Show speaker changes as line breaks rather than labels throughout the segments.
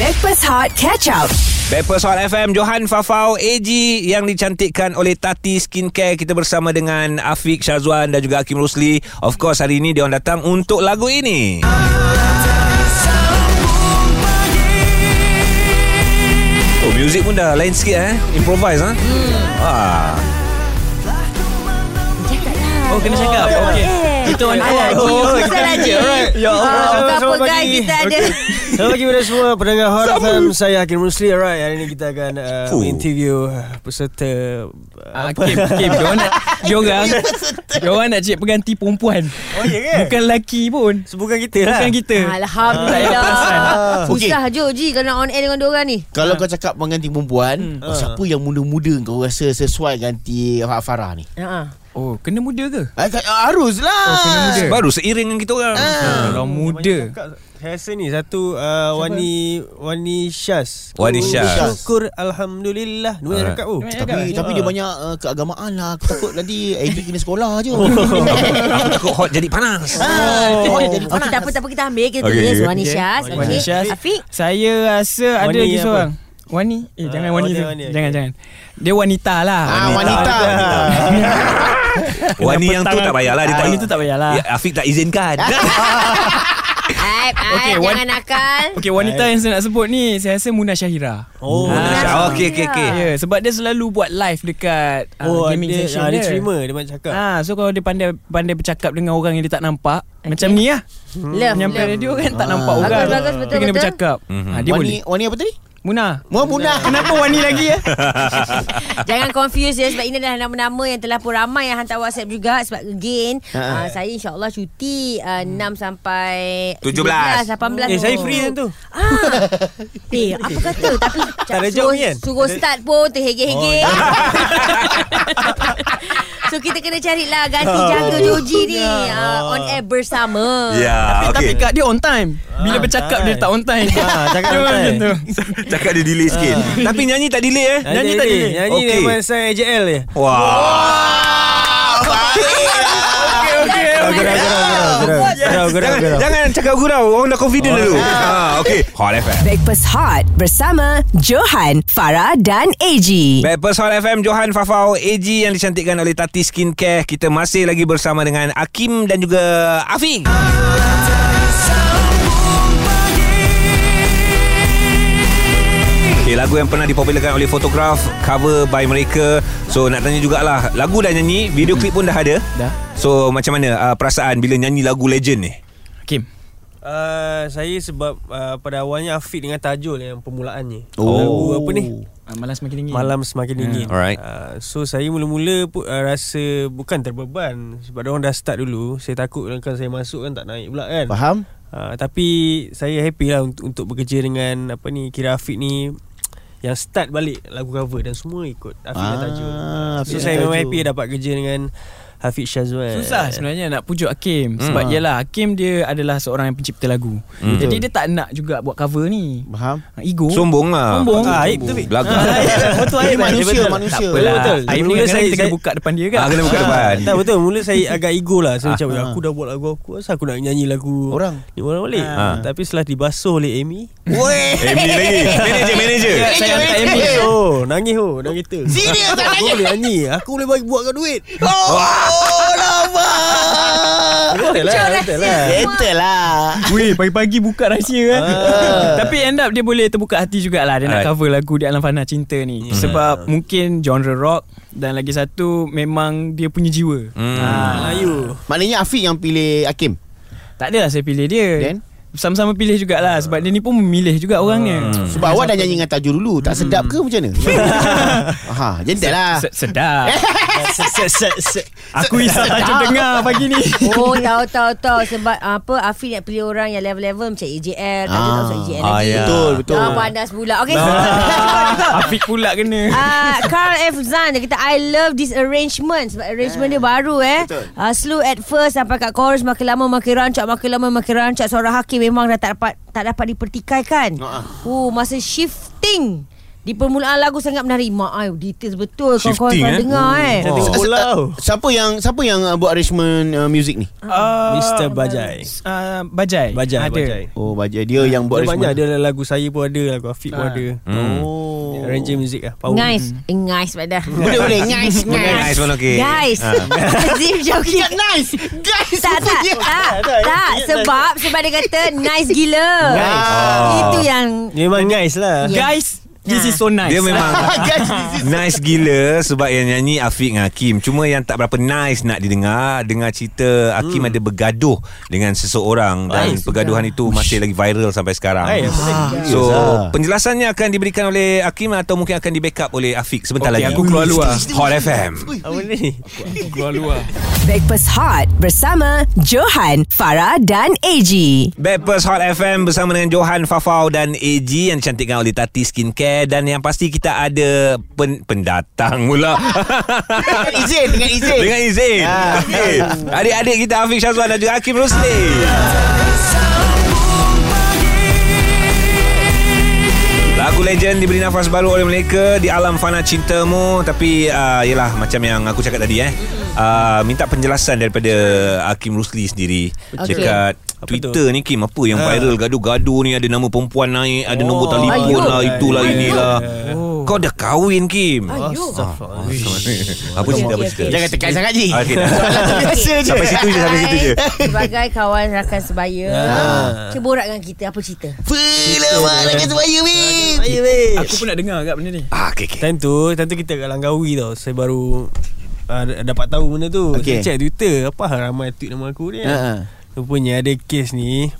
Backpass Hot Catch Up.
Backpast Hot FM Johan Fafau AG Yang dicantikkan oleh Tati Skincare Kita bersama dengan Afiq Syazwan Dan juga Hakim Rusli Of course hari ini Diorang datang untuk lagu ini Oh music pun dah lain sikit eh Improvise eh hmm. ah.
Oh kena cakap oh, okay.
Eh,
Kita on air
Oh, kita raja.
Ya Allah
Bukan apa
Selamat
guys
pagi
kan kita ada
Selamat pagi pada semua Pendengar Hot FM Saya Hakim Rusli Alright hari ini kita akan uh,
Fuh.
Interview uh, Peserta uh, apa?
Kim, Kim, diorang nak Diorang Diorang nak cik pengganti perempuan
Oh ya ke?
Bukan lelaki pun
Sebukan kita lah
Bukan kita
Ah, Alhamdulillah Susah je Ji Kalau nak on air dengan diorang ni
Kalau kau cakap mengganti perempuan hmm. oh, Siapa yang muda-muda kau rasa sesuai ganti Farah ni?
Ha.
Oh kena muda ke?
Ah, kat- ah, Haruslah
Oh kena muda
Baru seiring dengan kita orang
Kalau muda
Hmm, Banyak cakap. Saya rasa ni Satu uh, Wani Wani Syas
Wani
Ku
Syas.
Bersyukur Alhamdulillah Dua yang
Alright.
rakat oh.
Tapi,
lah.
tapi dia banyak uh, keagamaan lah Aku takut nanti Eddie kena sekolah je Ha, oh.
Aku takut hot jadi panas
Okey
jadi
tak apa tak apa kita ambil kita okay, tulis Wani Syaz.
Wani
Okey.
Syaz.
Afiq.
Saya rasa ada
Wani
lagi
apa?
seorang Wani Eh jangan
Ah,
Wani
oh, dia
tu.
Wani,
Jangan jangan Dia wanita lah
Ah, wanita.
Wani yang tu tak payahlah dia tak,
Wani tu Ah, tak payahlah
Ya, Afiq tak izinkan
Aib
Okey,
aib
Wan-
jangan nakal.
Okay wanita yang saya nak sebut ni Saya rasa Muna Syahira
Oh,
Ah, Okey okey okey
Ya sebab dia selalu buat live dekat ah,
oh
gaming
dia,
session
ah,
dia
dia terima Dia banyak cakap
Ah, so kalau dia pandai pandai bercakap dengan orang yang dia tak nampak, okay. macam ni lah.
Love.
Nyampe
love.
radio kan tak
Ah.
nampak orang.
Bagus, bagus, betul,
dia kena
betul.
bercakap.
Mhm.
Ha, dia
Wani,
boleh.
Wani apa tadi?
Muna.
Mua Muna
Kenapa Wani lagi ya?
Jangan confuse ya sebab ini adalah nama-nama yang telah pun ramai yang hantar WhatsApp juga sebab again uh, saya insyaallah cuti uh, 6 sampai
17.
18.
Eh saya free kan tu
Ah. Eh apa kata tapi
Tak ada job
suruh,
ni kan?
suruh
Ada-
start pun terhege-hege. so kita kena carilah ganti jaga Joji ni uh, on air bersama.
Ya
Tapi
okey
kat dia on time. Bila bercakap dia tak on time.
Ah, cakap
Dia
on
macam
time.
tu.
Cakap dia delay sikit Tapi nyanyi tak delay eh
Nyanyi
tadi
tadi.
Nyanyi
Okey.
okay. dengan sang AJL dia
Wah
Okey okey.
Gerau gerau
Jangan,
gerau
jangan cakap gurau Orang dah confident dulu ha, Okay Hot FM
Backpass Hot bersama Johan, Farah dan AG.
Backpast Hot FM Johan Fafau AG yang dicantikkan oleh Tati Skincare Kita masih lagi bersama dengan Akim dan juga Afiq Okay, lagu yang pernah dipopularkan oleh fotograf Cover by mereka So nak tanya jugalah Lagu dah nyanyi Video klip pun dah ada
Dah.
So macam mana uh, perasaan Bila nyanyi lagu legend ni
Kim.
Uh, saya sebab uh, pada awalnya Afiq dengan Tajul yang permulaannya.
Oh.
Lagu apa ni?
Ah, malam semakin tinggi.
Malam semakin dingin.
Hmm, alright.
Uh, so saya mula-mula pun uh, rasa bukan terbeban sebab orang dah start dulu. Saya takut kalau saya masuk kan tak naik pula kan.
Faham?
Uh, tapi saya happy lah untuk, untuk bekerja dengan apa ni Kira Afiq ni yang start balik lagu cover dan semua ikut Afiq dan
Ah,
Tajul. So
Afiq dan
saya memang
Tajul.
happy dapat kerja dengan Hafiz Syazwan.
Susah sebenarnya nak pujuk Hakim
Hmm.
Sebab ialah Hakim dia adalah seorang yang pencipta lagu Jadi dia tak nak juga buat cover ni Ah,
Faham?
Ego
Sombong lah
Oh. Sombong.
Ah, aib tu. Fik.
Belakang
Betul
Ini
aib lah.
manusia,
Betul.
manusia.
Tak apalah.
Betul. Aib ni
Mula
kadang-kadang
saya-
kita kena
saya-
buka depan dia kan
Ah, kena buka depan
Tak betul Mula saya agak ego lah Saya macam
Ah.
Aku dah buat lagu aku Asal aku nak nyanyi lagu
Orang.
Ni orang balik
Ah.
Tapi setelah dibasuh oleh Amy
Weh
Amy Eh, lagi Manager Manager
Eh,
Saya hantar Amy
Oh Nangis ho Dalam kereta
Serius tak
Aku boleh nyanyi Aku boleh bagi buat kau duit
Oh lama
Boleh lah Betul lah
Betul lah
Weh pagi-pagi buka rahsia kan
Ah.
Tapi end up dia boleh terbuka hati jugalah Dia
Alright.
nak cover lagu di Alam Fana Cinta ni Sebab mungkin genre rock Dan lagi satu memang dia punya jiwa
Hmm.
Ah,
Melayu
Maknanya Afiq yang pilih Hakim
Tak adalah saya pilih dia
Then?
Sama-sama pilih jugalah Sebab dia ni pun memilih juga orangnya
Sebab awak dah nyanyi dengan Tajul dulu Tak sedap ke macam mana? Aha, Gentle lah
Se- Sedap Aku risau tak jumpa dengar pagi ni
Oh tahu tahu tahu sebab apa Afiq nak pilih orang yang level-level macam AJL tak tahu pasal AJL
Ah,
lagi.
ya.
Betul betul
Ah pandai semula. Okey.
Afiq pula kena
Ah, Carl F. Zan dia kata I love this arrangement sebab arrangement dia baru eh. Uh, slow at first sampai kat chorus makin lama makin rancak makin lama makin rancak suara hakim memang dah tak dapat tak dapat dipertikaikan. Uh, masa Oh, shifting Di permulaan lagu sangat menarik Mak ay, details betul Kawan-kawan
Shifting,
pernah
eh?
dengar eh
Kita tengok bola tau.
Oh. Eh, Siapa yang siapa yang uh, buat arrangement uh, music ni?
Ah,
Mr. Bajai.
Ah, Bajai
Bajai,
Ada.
Bajai.
Oh, Bajai dia yang buat
Dia banyak
arrangement.
dia ada lagu saya pun ada, lagu Afiq pun
Ah.
ada.
Hmm.
Oh.
Ranger music lah. Power.
Ngais Eh, Ngais pada
Boleh boleh guys
Nice
guys.
pun okey
Guys Zif Joki
Nice. Guys.
tak tak tak, tak sebab sebab dia kata nice gila.
Nice.
Oh.
Itu yang
Memang nice lah.
Yeah.
Guys, this
Ah.
is so nice.
Dia memang
Guys. this is-
Nice gila Sebab yang nyanyi Afiq dengan Hakim Cuma yang tak berapa nice Nak didengar Dengar cerita
Hmm.
Hakim ada bergaduh Dengan seseorang Dan pergaduhan itu Masih lagi viral Sampai sekarang
Eh,
Hai, apa lagi?
So
Yes, ah.
penjelasannya akan diberikan oleh Hakim Atau mungkin akan di backup oleh Afiq Sebentar
Okey,
lagi
aku keluar ah. luar.
Hot FM
Apa benda ni?
keluar luar.
Breakfast Hot bersama Johan, Farah dan AG.
Bepers Hot FM bersama dengan Johan Fafau dan AG yang dicantikkan oleh Tati Skincare dan yang pasti kita ada pen, pendatang pula
Dengan izin dengan izin. Ah.
dengan izin. Okey. Adik-adik kita Afiq Syazwan dan juga Hakim Rusli. Lagu legend diberi nafas baru oleh mereka di alam fana cintamu tapi uh, yalah macam yang aku cakap tadi eh. Uh, minta penjelasan daripada Hakim Rusli sendiri okay.
Okey.
dekat
Apa
Twitter ni Kim apa yang
Ha.
viral gaduh-gaduh ni ada nama perempuan naik ada nombor
Oh,
telefon
ayuh.
lah itulah
Ayuh.
inilah.
Oh.
Kau dah kahwin Kim.
Astaghfirullah.
Apa cerita apa
Okey,
cerita?
okey.
Jangan tekan sangat je.
Okey, dah.
Biasa je.
Sampai situ je Sampai situ je Ya.
Sebagai kawan rakan sebaya
Ah.
Cuba borak dengan kita Apa cerita
Pelawak dengan sebaya weh.
Aku pun nak dengar agak benda ni.
Ah, okay, okay.
Time tu Time tu kita kat Langkawi tau Saya baru uh, Dapat tahu benda tu
Okey.
Saya check Twitter Apa hal ramai tweet nama aku ni
Ah,
uh-huh. Rupanya ada kes ni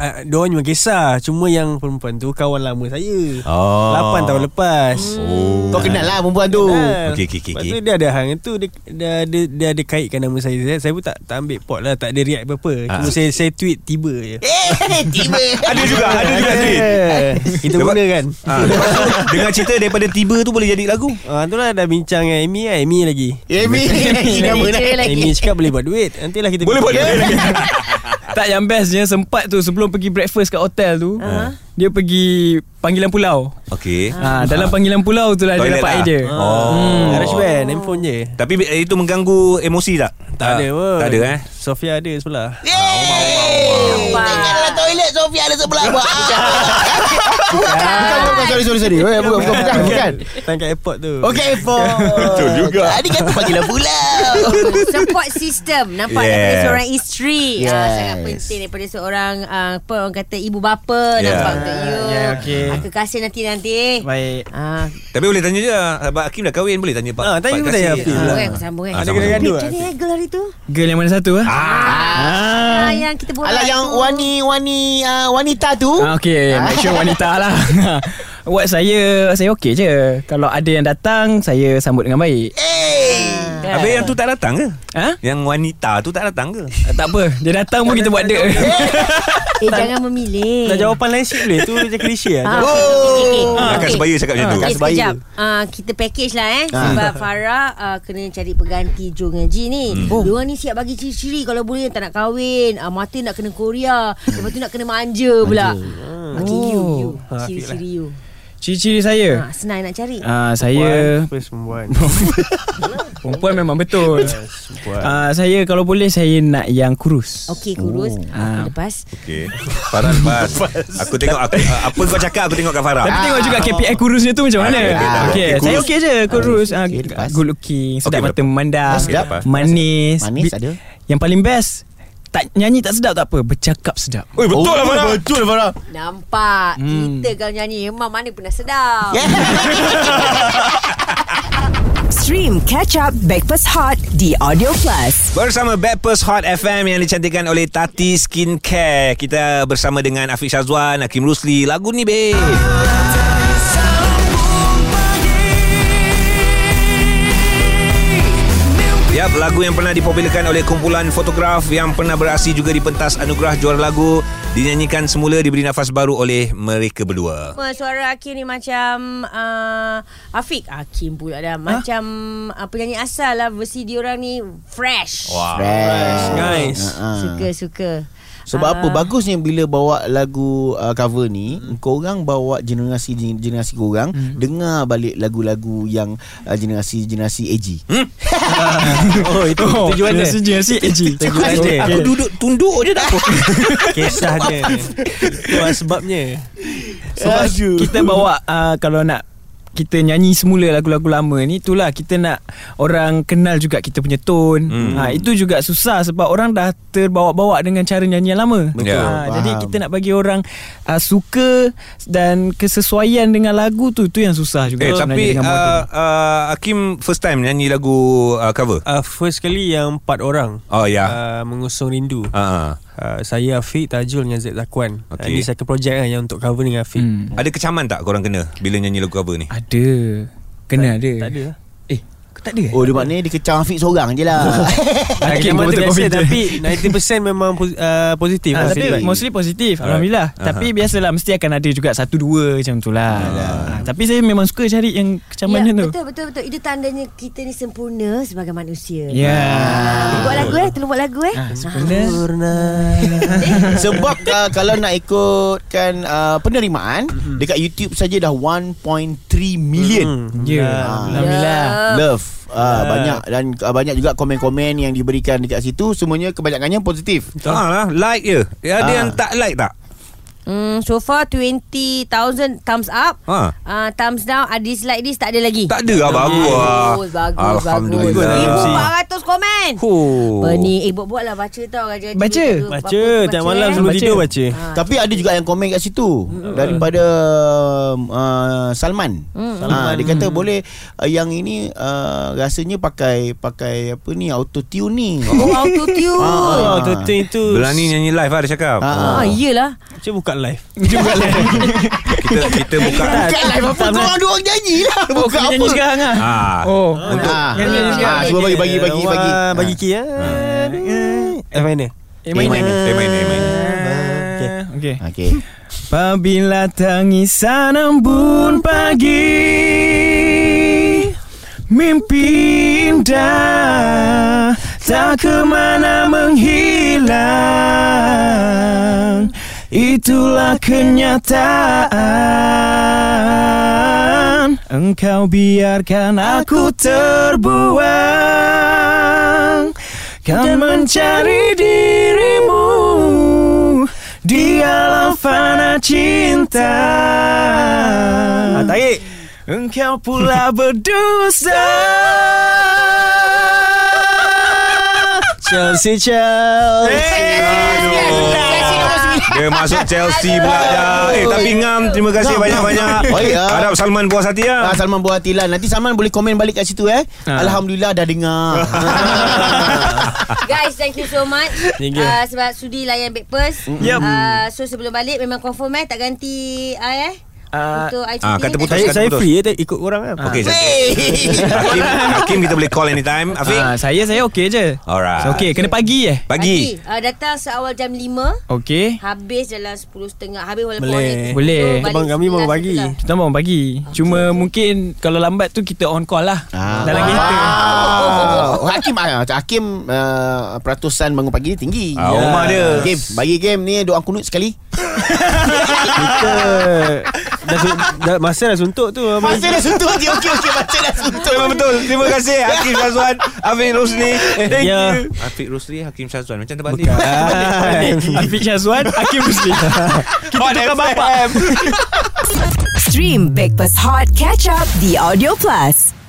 uh, Diorang cuma kisah Cuma yang perempuan tu Kawan lama saya
Oh.
8 tahun lepas
Oh.
Kau kenal lah perempuan tu.
Kenal.
Okey, okey, okey,
Ah. Lepas
okey.
tu dia ada hang tu dia, dia, ada, dia ada kaitkan nama saya Saya, saya pun tak, tak ambil pot lah Tak ada react apa-apa
Ah.
Cuma saya, saya tweet tiba je
Eh, tiba.
Ada juga Ada juga tweet
Eh, Kita
Dapat-
guna kan
ha. Dengar cerita daripada tiba tu Boleh jadi lagu
Ah, tu lah dah bincang dengan Amy lah Amy lagi
Eh,
Amy. Nama
Manager
nak.
lagi.
Amy cakap boleh buat duit Nantilah kita
Boleh buat
fikir.
dia
Tak yang bestnya sempat tu sebelum pergi breakfast kat hotel tu.
Ah.
Dia pergi panggilan pulau.
Okay
Ha, dalam panggilan pulau tu lah dia
Toilet
dapat
lah.
idea.
Oh.
Garage band Ah, Handphone je
Tapi eh, itu mengganggu emosi tak?
Tak ada pun
Tak ada eh
Sofia ada sebelah
Yeay.
Nampak.
Tengah dalam toilet Sofia ada sebelah buat. Bukan, bukan,
Ya.
sorry, sorry, sorry. Bukan, bukan, bukan. bukan.
Time kat airport tu
Okay, Apple. Betul juga. Tadi kan kata panggilan pulau.
Support system Nampak
Yes.
yes. daripada seorang isteri yes.
Yes.
Sangat penting Daripada seorang ah, Apa orang kata Ibu bapa
Yeah.
Nampak untuk
Ya,
you Ah,
Yeah, okay.
Aku kasih nanti-nanti
Baik.
Ah,
Tapi boleh tanya je ah, Abang Hakim dah kahwin Boleh tanya Pak
Ah, tanya
Pak
pun tanya
Kasih.
Hakim
Ah.
lah.
Sambung kan Aku sambung kan
Ah,
Ada
sama.
kena gaduh
Babe, Jadi eh girl hari tu
Girl yang mana satu ah?
ah. Yang kita borak
Alah yang
tu.
wani wani uh, wanita tu.
Ah, okay, make sure wanita lah. Buat saya, saya okey je. Kalau ada yang datang, saya sambut dengan baik.
Eh.
Ah.
Habis yang tu tak datang ke?
Ha?
Yang wanita tu tak datang ke?
Tak apa, dia datang pun kita buat dia.
Eh jangan memilih
Tak jawapan lain sikit boleh Tu macam klise
Ah,
lah
okay, okay, okay.
Oh. Rakan
Okay.
sebaya cakap macam tu
Ah.
Okay,
Kas bayu.
sekejap uh, Kita package lah eh Sebab Farah uh, Kena cari pengganti Jo dengan Ji ni hmm. oh. Diorang ni siap bagi ciri-ciri Kalau boleh tak nak kahwin uh, Mata nak kena Korea Lepas tu nak kena manja Ah. pula Okay you, you.
Ha,
Ciri-ciri you
Ciri-ciri saya.
ha, Senang nak cari
Eh. Ah, saya
First perempuan
perempuan memang betul. Ah, saya kalau boleh saya nak yang kurus.
Okay kurus oh.
Ah.
Aku lepas
Okay Farah lepas Aku tengok aku, Apa kau cakap Aku tengok kat Farah
Ah.
Tapi tengok juga KPI kurusnya tu macam mana.
Ah, okey,
Ah,
okey,
Okey,
kurus.
saya okey je kurus. Ah,
Okey, lepas.
Good looking, sedap
Okey,
mata memandang,
Lepas, sedap. ah.
manis.
Manis
Bi-
ada.
Yang paling best tak nyanyi tak sedap tak apa, bercakap sedap.
Oi, betul lah Farah
Betul lah Farah.
Nampak hmm. Kita kalau nyanyi Memang mana pernah sedap yeah.
Stream catch up Breakfast Hot di Audio Plus.
Bersama Backpers Hot FM yang dicantikkan oleh Tati Skincare. Kita bersama dengan Afiq Syazwan, Hakim Rusli. Lagu ni, babe. Yap, lagu yang pernah dipopularkan oleh kumpulan fotograf yang pernah beraksi juga di pentas anugerah juara lagu dinyanyikan semula diberi nafas baru oleh mereka berdua.
Cuma suara Hakim ni macam uh, Afiq Hakim pula dah Macam uh, Penyanyi asal lah Versi diorang ni Fresh
Wow.
Fresh. Ah,
Guys
Suka suka.
Sebab apa
Ah.
bagusnya bila bawa lagu uh, cover ni, kau orang bawa generasi generasi kau orang dengar balik lagu-lagu yang uh, generasi generasi AG.
Oh itu tujuan dia.
Generasi AG
Tujuan
Aku,
dia.
aku duduk tunduk je tak apa.
Kisah dia. Itu lah sebabnya.
Sebab Eh.
Aduh.
kita bawa uh, Kalau nak kita nyanyi semula lagu-lagu lama ni itulah kita nak orang kenal juga kita punya tone
Hmm.
hmm. ha, itu juga susah sebab orang dah terbawa-bawa dengan cara nyanyi yang lama
Betul,
ha, jadi
faham.
kita nak bagi orang uh, suka dan kesesuaian dengan lagu tu tu yang susah juga
eh, tapi
sebenarnya dengan
uh,
model.
uh, Hakim first time nyanyi lagu uh, cover.
Uh, first kali yang empat orang
Oh ya.
uh, mengusung rindu.
Yeah. Uh. Uh.
Uh, saya Afiq Tajul dengan Zaid Zakwan.
Okey.
Okay. Uh, ini second project kan yang untuk cover dengan Afiq.
hmm.
Ada kecaman tak korang kena bila nyanyi lagu cover ni?
ada kena ada
Tak ada. lah.
eh kau tak ada eh?
Oh dia maknanya dia kecam Afiq seorang je lah.
Hakim
Hakim
betul-betul
betul biasa
confident.
tapi 90% memang po- uh, positif.
Ah,
lah
tapi
feedback.
mostly positif
Alright.
Alhamdulillah
Aha.
Tapi biasalah Mesti akan ada juga Satu dua macam tu lah ah, Tapi saya memang suka cari Yang kecaman
Ya,
yeah, tu
Betul betul betul. Itu tandanya kita ni sempurna sebagai manusia.
Ya
Tolong buat lagu eh, tolong buat lagu eh.
Sempurna
Sebab uh, kalau nak ikutkan uh, penerimaan mm-hmm. dekat YouTube saja dah 1.3 million. Mm.
Ya Alhamdulillah
Love uh, banyak dan uh, banyak juga komen-komen yang diberikan dekat situ semuanya kebanyakannya positif.
Tak lah, like je. Eh, Ada
Ah.
yang tak like tak?
Hmm, so far 20,000 thumbs up.
Ha.
Uh, thumbs down, I dislike this tak ada lagi.
Tak ada lah baru lah.
Bagus, bagus,
Alhamdulillah.
bagus. 1,400 komen.
Oh.
Pening. Eh, buat-buat lah baca tau. Raja-raja
Baca.
kita tu.
Baca
Apa-apa tu
tiap
baca,
malam
eh.
sebelum
Baca.
tidur baca.
Ah, Tapi ada juga yang komen kat situ daripada uh, Salman. Ha, dia kata boleh uh, yang ini uh, rasanya pakai pakai apa ni auto tune ni.
Oh, auto tune.
Oh, tu tu itu.
Berani nyanyi live lah dia cakap.
Ah,
Ah.
iyalah.
Cuba buka live.
Ya.
Kita kita buka.
Bukan live apa kau orang dua orang nyanyi lah. Bukan
Kau Oh,
apa.
nyanyi sekarang lah
Ah.
Oh
Untuk ah,
Yang nyanyi
ah,
sekarang.
cuba bagi bagi bagi bagi.
Wah,
Ah.
bagi key ya. Eh mana?
Eh,
main,
main
main.
Eh, main, eh, main.
Okay. okay.
Okey.
Apabila tangisan embun pagi Mimpi indah Tak kemana menghilang Itulah kenyataan Engkau biarkan aku terbuang Kau mencari dirimu Dialah fana cinta Tarik Engkau pula berdosa
Chelsea Chelsea.
Dia masuk Chelsea pula dah. Eh tapi ngam terima kasih
Ngam,
banyak-banyak.
ngam. Baik, ah.
Harap Salman puas hati
Ah,
lah.
Salman buah hati lah Nanti Salman boleh komen balik kat situ eh
Ah.
Alhamdulillah dah dengar
Guys, thank you so much.
Thank you.
Uh, sebab sudi layan breakfast.
Yep.
Uh, so sebelum balik memang confirm eh tak ganti I eh.
Ah,
Untuk ICT.
ah, kata
tak
putus,
Saya
ganti.
kata
saya
betul.
free eh ikut orang lah.
Okey. Hakim, Hakim kita boleh call anytime.
Ah,
Afiq.
saya saya okey je.
Alright.
Saya Okey, kena pagi eh.
Pagi.
Uh, datang seawal jam 5.
Okey.
Habis dalam 10.30 Habis walaupun
Boleh.
orang-
Boleh.
So, balik
Abang kami
11
bangun pagi.
itulah.
Kita bangun pagi. Cuma mungkin kalau lambat tu kita on call lah.
Ah.
Dalam kereta.
Oh, Hakim ah, Hakim uh, peratusan bangun pagi ni tinggi.
Ah, Omar dia.
Game, bagi game ni doa kunut sekali.
Kita dah, su- dah masa dah suntuk tu. Abang.
Masa dah suntuk dia okey okey masa dah suntuk.
Memang betul. Terima kasih Hakim Syazwan, Afiq Rosli. Thank
Ya.
you. Afiq Rosli, Hakim Syazwan. Macam terbalik.
Afiq Syazwan, Hakim Muslim.
Kita tukar bapak.
Stream Breakfast Hot Catch Up The Audio Plus.